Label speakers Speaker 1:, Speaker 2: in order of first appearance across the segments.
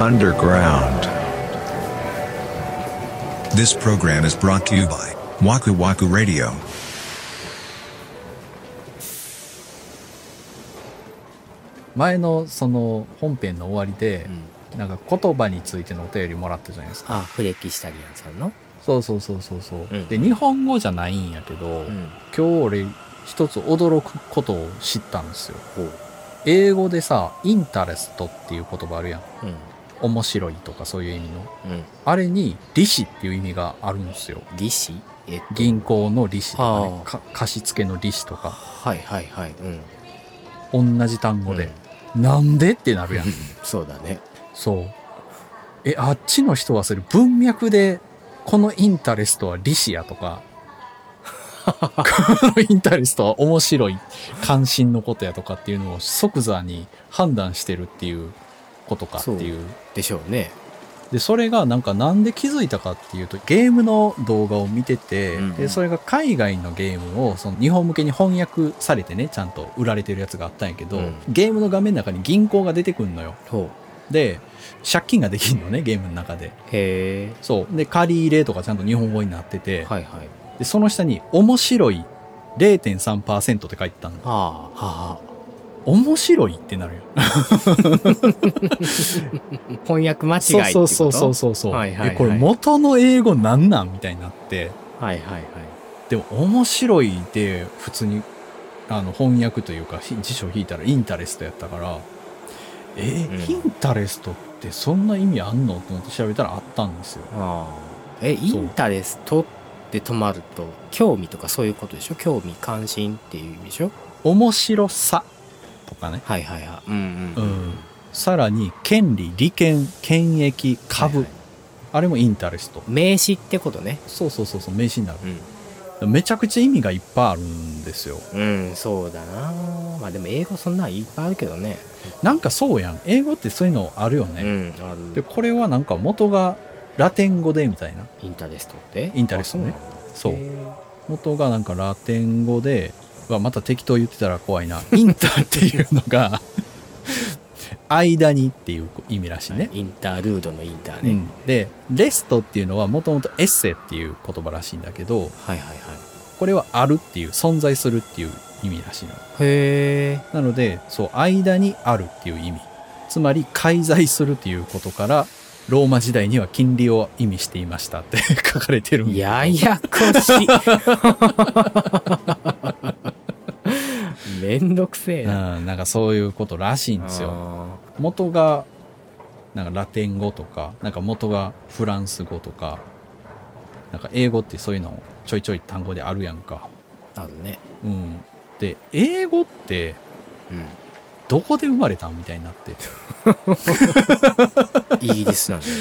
Speaker 1: Underground.
Speaker 2: This program is brought to you by Waku Waku Radio.
Speaker 3: 前のその本編の終わりで、なんか言葉についてのお便りもらったじゃないですか
Speaker 4: あフレキシタリアンさんの
Speaker 3: そうそうそうそうそう、
Speaker 4: うん
Speaker 3: で日本語じゃないんやけど、
Speaker 4: うん
Speaker 3: 今日俺一つ驚くことを知ったんですよ
Speaker 4: ほう
Speaker 3: 英語でさ「インタレスト」っていう言葉あるやん
Speaker 4: うん
Speaker 3: 面白いとかそういう意味の
Speaker 4: うん
Speaker 3: あれに「利子」っていう意味があるんですよ
Speaker 4: 利子えっと
Speaker 3: 銀行の利子とか,、ね
Speaker 4: はあ
Speaker 3: か貸し付けの利子とか
Speaker 4: はいはいはいうん
Speaker 3: 同じ単語で、なんでってなるやん
Speaker 4: そうだね
Speaker 3: そうえあっちの人はそれ文脈でこのインタレストは利子やと かこのインタレストは面白い関心のことやとかっていうのを即座に判断してるっていうことかっていう
Speaker 4: でしょうね
Speaker 3: でそれがなんかなんで気づいたかっていうとゲームの動画を見てて、
Speaker 4: うん
Speaker 3: でそれが海外のゲームをその日本向けに翻訳されてねちゃんと売られてるやつがあったんやけど、
Speaker 4: うん
Speaker 3: ゲームの画面の中に銀行が出てくんのよ
Speaker 4: ほ
Speaker 3: で借金ができんのねゲームの中で
Speaker 4: うへ
Speaker 3: そうで借り入れとかちゃんと日本語になってて、
Speaker 4: えはいはい
Speaker 3: でその下に「面白い0.3%」って書いてたの
Speaker 4: はあはあ
Speaker 3: 面白いってなるよ
Speaker 4: 翻訳間違いって
Speaker 3: そう
Speaker 4: こと
Speaker 3: そうそうそうそうそう、
Speaker 4: はいはいはい
Speaker 3: えこれ元の英語なんなんみたいになって
Speaker 4: はいはいはい
Speaker 3: でも面白いで普通にあの翻訳というかひ辞書引いたらインタレストやったからえ
Speaker 4: うん
Speaker 3: インタレストってそんな意味あんのと思って調べたらあったんですよ
Speaker 4: ああえインタレストって止まると興味とかそういうことでしょ興味関心っていう意味でしょ
Speaker 3: 面白さとかね
Speaker 4: はいはいはいうん
Speaker 3: うん、さらに権利利権権益株、
Speaker 4: はいはい
Speaker 3: あれもインタレスト
Speaker 4: 名詞ってことね
Speaker 3: そうそうそうそう名詞になる
Speaker 4: うん
Speaker 3: めちゃくちゃ意味がいっぱいあるんですよ
Speaker 4: うんそうだなまあでも英語そんなんいっぱいあるけどね
Speaker 3: なんかそうやん英語ってそういうのあるよ
Speaker 4: う
Speaker 3: ね、
Speaker 4: んあ
Speaker 3: で
Speaker 4: る
Speaker 3: これはなんか元がラテン語でみたいな
Speaker 4: インタレストって
Speaker 3: インタレストねそう
Speaker 4: あそうなんだ
Speaker 3: 元がなんかラテン語でうわまた適当言ってたら怖いなインターっていうのが間にっていう意味らしいね、
Speaker 4: へえ インタールードのインター
Speaker 3: う
Speaker 4: ね、
Speaker 3: んでレストっていうのはもともとエッセっていう言葉らしいんだけど
Speaker 4: はいはいは
Speaker 3: これはあるっていう存在するっていう意味らしいの
Speaker 4: いへえ
Speaker 3: なのでそう間にあるっていう意味つまり介在するっていうことからローマ時代には金利を意味していましたって 書かれてるんだけど
Speaker 4: ややこしい めんどくせえ
Speaker 3: うん
Speaker 4: な
Speaker 3: なんかそういうことらしいんですよ
Speaker 4: あ
Speaker 3: 元がなんかラテン語とかなんか元がフランス語とかなんか英語ってそういうのちょいちょい単語であるやんか。
Speaker 4: ーあるね
Speaker 3: うん、で英語って
Speaker 4: うん
Speaker 3: どこで生まれたんみたいになって
Speaker 4: イギリスなんだよね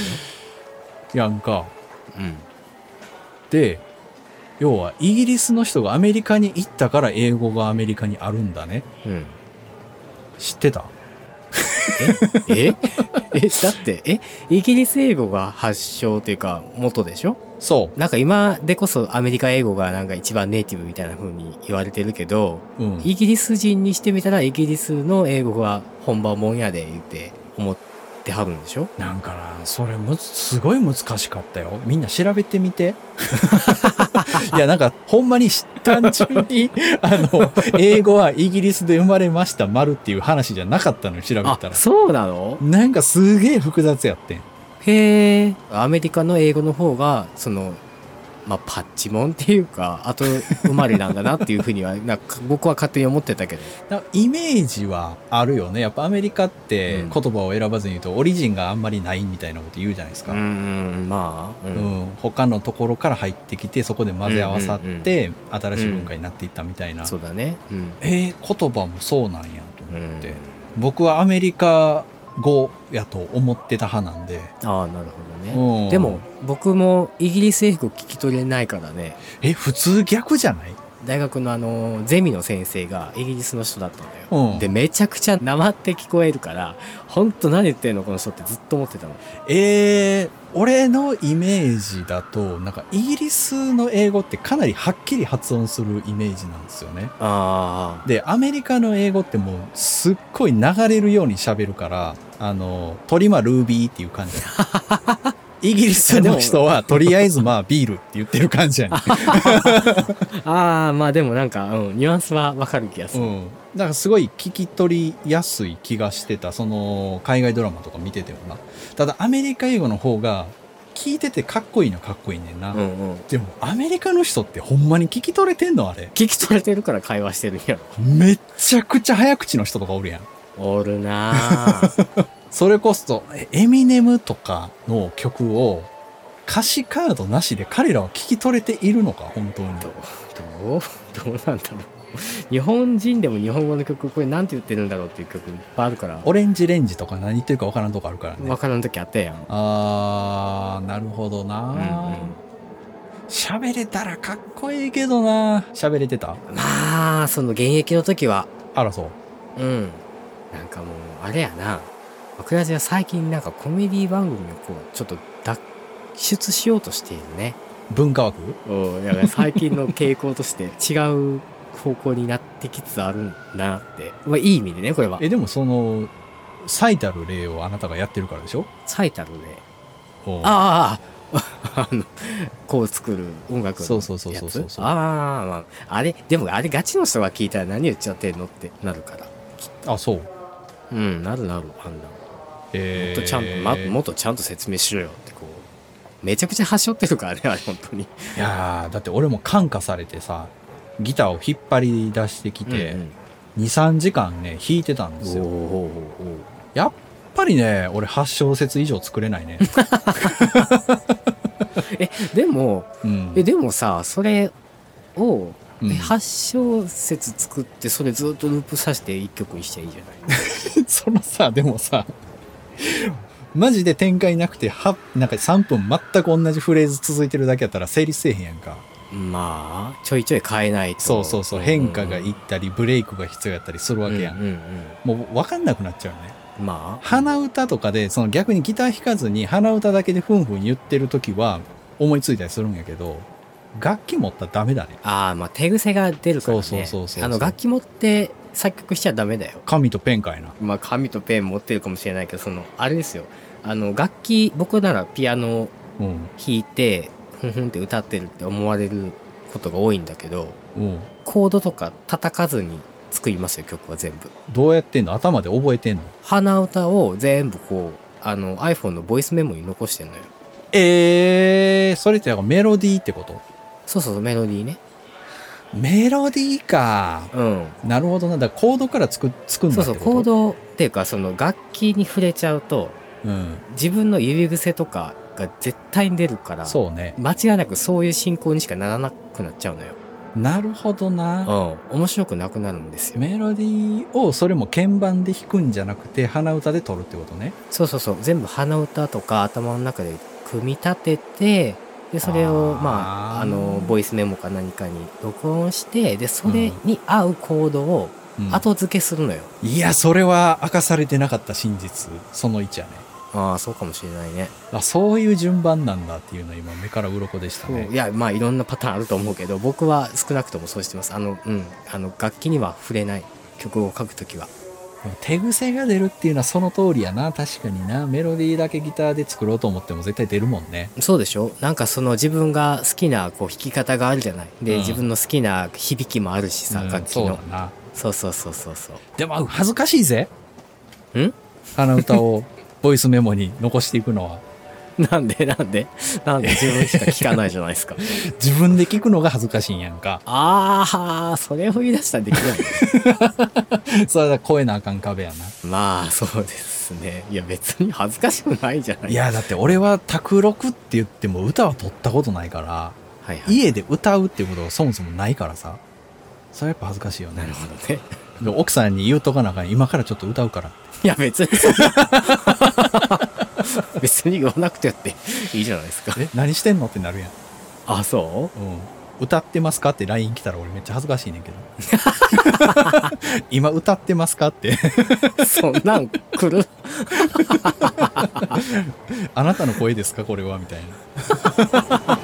Speaker 3: やんか。
Speaker 4: うん
Speaker 3: で要はイギリスの人がアメリカに行ったから英語がアメリカにあるんだね。
Speaker 4: うん、
Speaker 3: 知ってた
Speaker 4: ええだってえイギリス英語が発祥というか元でしょ
Speaker 3: そ
Speaker 4: なんか今でこそアメリカ英語がなんか一番ネイティブみたいな風に言われてるけど
Speaker 3: う。うん。
Speaker 4: イギリス人にしてみたらイギリスの英語が本場もんやで言って思ってはるんでしょ
Speaker 3: なんかな、それむず、すごい難しかったよ。みんな調べてみて。 いや、なんか、ほんまにし単純 に、あの、英語はイギリスで生まれました、丸っていう話じゃなかったのよ、調べた
Speaker 4: あ
Speaker 3: ら。
Speaker 4: そうなの
Speaker 3: なんかすげえ複雑やってん。
Speaker 4: へえアメリカの英語の方がそのまあパッチモンっていうか後生まれなんだなっていうふうにはなんか僕は勝手に思ってたけど
Speaker 3: だイメージはあるよね。やっぱアメリカって
Speaker 4: うん
Speaker 3: 言葉を選ばずに言うと、オリジンがあんまりないみたいなこと言うじゃないですか。
Speaker 4: んまあう
Speaker 3: うんん、他のところから入ってきてそこで混ぜ合わさって、新しい文化になっていったみたいな、
Speaker 4: そうだねうん
Speaker 3: えー言葉もそうなんやと
Speaker 4: う
Speaker 3: 思っ
Speaker 4: ん
Speaker 3: て、僕はアメリカ語やと思ってた派なんで、
Speaker 4: ああなるほどね
Speaker 3: うん
Speaker 4: でも僕もイギリス英語聞き取れないからね
Speaker 3: え普通逆じゃない
Speaker 4: 大学のあのゼミの先生がイギリスの人だったのよ、
Speaker 3: うん
Speaker 4: でめちゃくちゃなまって聞こえるから本当何言ってんのこの人ってずっと思ってたの
Speaker 3: えー、俺のイメージだと、なんかイギリスの英語ってかなりはっきり発音するイメージなんですよね。
Speaker 4: あ
Speaker 3: で、アメリカの英語ってもうすっごい流れるように喋るから、あの、鳥はルービーっていう感じやねイギリスの人はとりあえずまあビールって言ってる感じやね。
Speaker 4: ーあーまあでもなんか、うん、ニュアンスはわかる気がす
Speaker 3: う
Speaker 4: る、
Speaker 3: ん。だからすごい聞き取りやすい気がしてた、その海外ドラマとか見ててもな。ただアメリカ英語の方が聞いててかっこいいのはかっこいいねんな。
Speaker 4: うんうん、
Speaker 3: でもアメリカの人ってほんまに聞き取れてんのあれ。
Speaker 4: 聞き取れてるから会話してるんや
Speaker 3: めっちゃくちゃ早口の人とかおるやん。
Speaker 4: ろおる なあ
Speaker 3: それこそ、えエミネムとかの曲を歌詞カードなしで彼らは聞き取れているのか、本当に。
Speaker 4: どうどうどうなんだろう日本人でも日本語の曲これなんて言ってるんだろうっていう曲いっぱいあるから
Speaker 3: オレンジレンジとか何言ってるかわからんとこあるからね
Speaker 4: わ。からん時あったやん
Speaker 3: あー、なるほど
Speaker 4: うんうん
Speaker 3: な喋、れたらかっこいいけどな喋れてた
Speaker 4: まあその現役の時は
Speaker 3: あらそう。
Speaker 4: うんなんかもうあれやな僕たちは最近なんかコメディ番組をこうちょっと脱出しようとしているね
Speaker 3: 文化枠
Speaker 4: うんだから最近の傾向として違う方向になってきつつあるんだなって、まあ、いい意味でねこれは
Speaker 3: え、でもその、最たる例をあなたがやってるからでしょ
Speaker 4: 最たるね
Speaker 3: おう
Speaker 4: あ ああのこう作る音楽の
Speaker 3: そうそうそうそうそう
Speaker 4: やつああまああれでもあれガチの人が聞いたら何言っちゃってんのってなるから
Speaker 3: あ、そう。
Speaker 4: うんなるなるあんなのも
Speaker 3: え
Speaker 4: っとちゃんと、ま、もっとちゃんと説明しろよってこうめちゃくちゃ端折ってるからねあれ本当に
Speaker 3: いやーだって俺も感化されてさギターを引っ張り出してきて、
Speaker 4: うん
Speaker 3: 23時間ね弾いてたんです
Speaker 4: う
Speaker 3: よ
Speaker 4: んおーおーおー
Speaker 3: やっぱりね俺8小節以上作れ ないね、
Speaker 4: でも
Speaker 3: うん、
Speaker 4: えでもさそれを
Speaker 3: うん
Speaker 4: 8小節作ってそれずっとループさせて1曲にしちゃいいじゃ ない
Speaker 3: そのさでもさマジで展開なくてはなんか3分全く同じフレーズ続いてるだけやったら成立せえへんやんか
Speaker 4: まあちょいちょい変えないと
Speaker 3: そうそうそう変化がいったりブレイクが必要やったりするわけやん、
Speaker 4: うんうん
Speaker 3: もう分かんなくなっちゃうね
Speaker 4: うんまあ
Speaker 3: 鼻歌とかでその逆にギター弾かずに鼻歌だけでふんふん言ってる時は思いついたりするんやけど楽器持ったらダメだね
Speaker 4: ああまあ手癖が出るからね
Speaker 3: そうそうそうそう
Speaker 4: あの楽器持って作曲しちゃダメだよ
Speaker 3: 紙とペンかいな
Speaker 4: まあ、紙とペン持ってるかもしれないけどそのあれですよあの楽器僕ならピアノを
Speaker 3: うん
Speaker 4: 弾いてふんふんって歌ってるって思われることが多いんだけど
Speaker 3: うん
Speaker 4: コードとか叩かずに作りますよ曲は全部
Speaker 3: どうやってんの頭で覚えてんの
Speaker 4: 鼻歌を全部こうあの iPhone のボイスメモに残してんのよ
Speaker 3: えー、それってなんかメロディーってこと
Speaker 4: そうそうそうメロディーね
Speaker 3: メロディーか
Speaker 4: うん
Speaker 3: なるほどなだからコードから作作るん
Speaker 4: そ
Speaker 3: だ
Speaker 4: う
Speaker 3: って
Speaker 4: そう
Speaker 3: こと
Speaker 4: コードっていうかその楽器に触れちゃうと
Speaker 3: うん
Speaker 4: 自分の指癖とかが絶対に出るから
Speaker 3: そうね
Speaker 4: 間違いなくそういう進行にしかならなくなっちゃうのよ
Speaker 3: なるほどな
Speaker 4: うん、面白くなくなるんですよ。
Speaker 3: メロディーをそれも鍵盤で弾くんじゃなくて鼻歌で取るってことね
Speaker 4: そうそうそう全部鼻歌とか頭の中で組み立ててでそれを
Speaker 3: あー
Speaker 4: まああのボイスメモか何かに録音してでそれに合うコードを
Speaker 3: うん
Speaker 4: 後付けするのよ。
Speaker 3: いや、それは明かされてなかった真実、その1やね。
Speaker 4: ああそうかもしれないね。
Speaker 3: あ、そういう順番なんだっていうのは今目から鱗でしたね
Speaker 4: い。やまあいろんなパターンあると思うけど僕は少なくともそうしてます。あのうんあの楽器には触れない曲を書くときは。
Speaker 3: 手癖が出るっていうのはその通りやな。確かにな。メロディーだけギターで作ろうと思っても絶対出るもんね。
Speaker 4: そうでしょなんかその自分が好きなこう弾き方があるじゃない。で、
Speaker 3: うん
Speaker 4: 自分の好きな響きもあるしさ、
Speaker 3: うん
Speaker 4: 楽器
Speaker 3: そうだ
Speaker 4: の。
Speaker 3: な。
Speaker 4: そうそうそうそうそう。
Speaker 3: でも恥ずかしいぜ。
Speaker 4: ん
Speaker 3: 鼻歌をボイスメモに残していくのは。
Speaker 4: なんでなんでなんで自分しか聞かないじゃないです か。。
Speaker 3: 自分で聞くのが恥ずかしいんやんか
Speaker 4: ああ、それを言い出したらできない。
Speaker 3: それは超えなあかん壁やな。
Speaker 4: まあそうですね。いや別に恥ずかしくないじゃない。
Speaker 3: いや、だって俺は卓録って言っても歌は取ったことないから。
Speaker 4: はいはい。
Speaker 3: 家で歌うっていうことがそもそもないからさそれやっぱ恥ずかしいよ
Speaker 4: な
Speaker 3: ね
Speaker 4: るほどね。
Speaker 3: で奥さんに言うとかなあかん今からちょっと歌うから
Speaker 4: いや別にそんな 別に言わなくてっていいじゃないですか。
Speaker 3: え何してんのってなるやん、
Speaker 4: あ、そう
Speaker 3: うん、歌ってますかって LINE 来たら俺めっちゃ恥ずかしいねんけど。今歌ってますかって。
Speaker 4: そんなん来る
Speaker 3: あなたの声ですかこれはみたいな。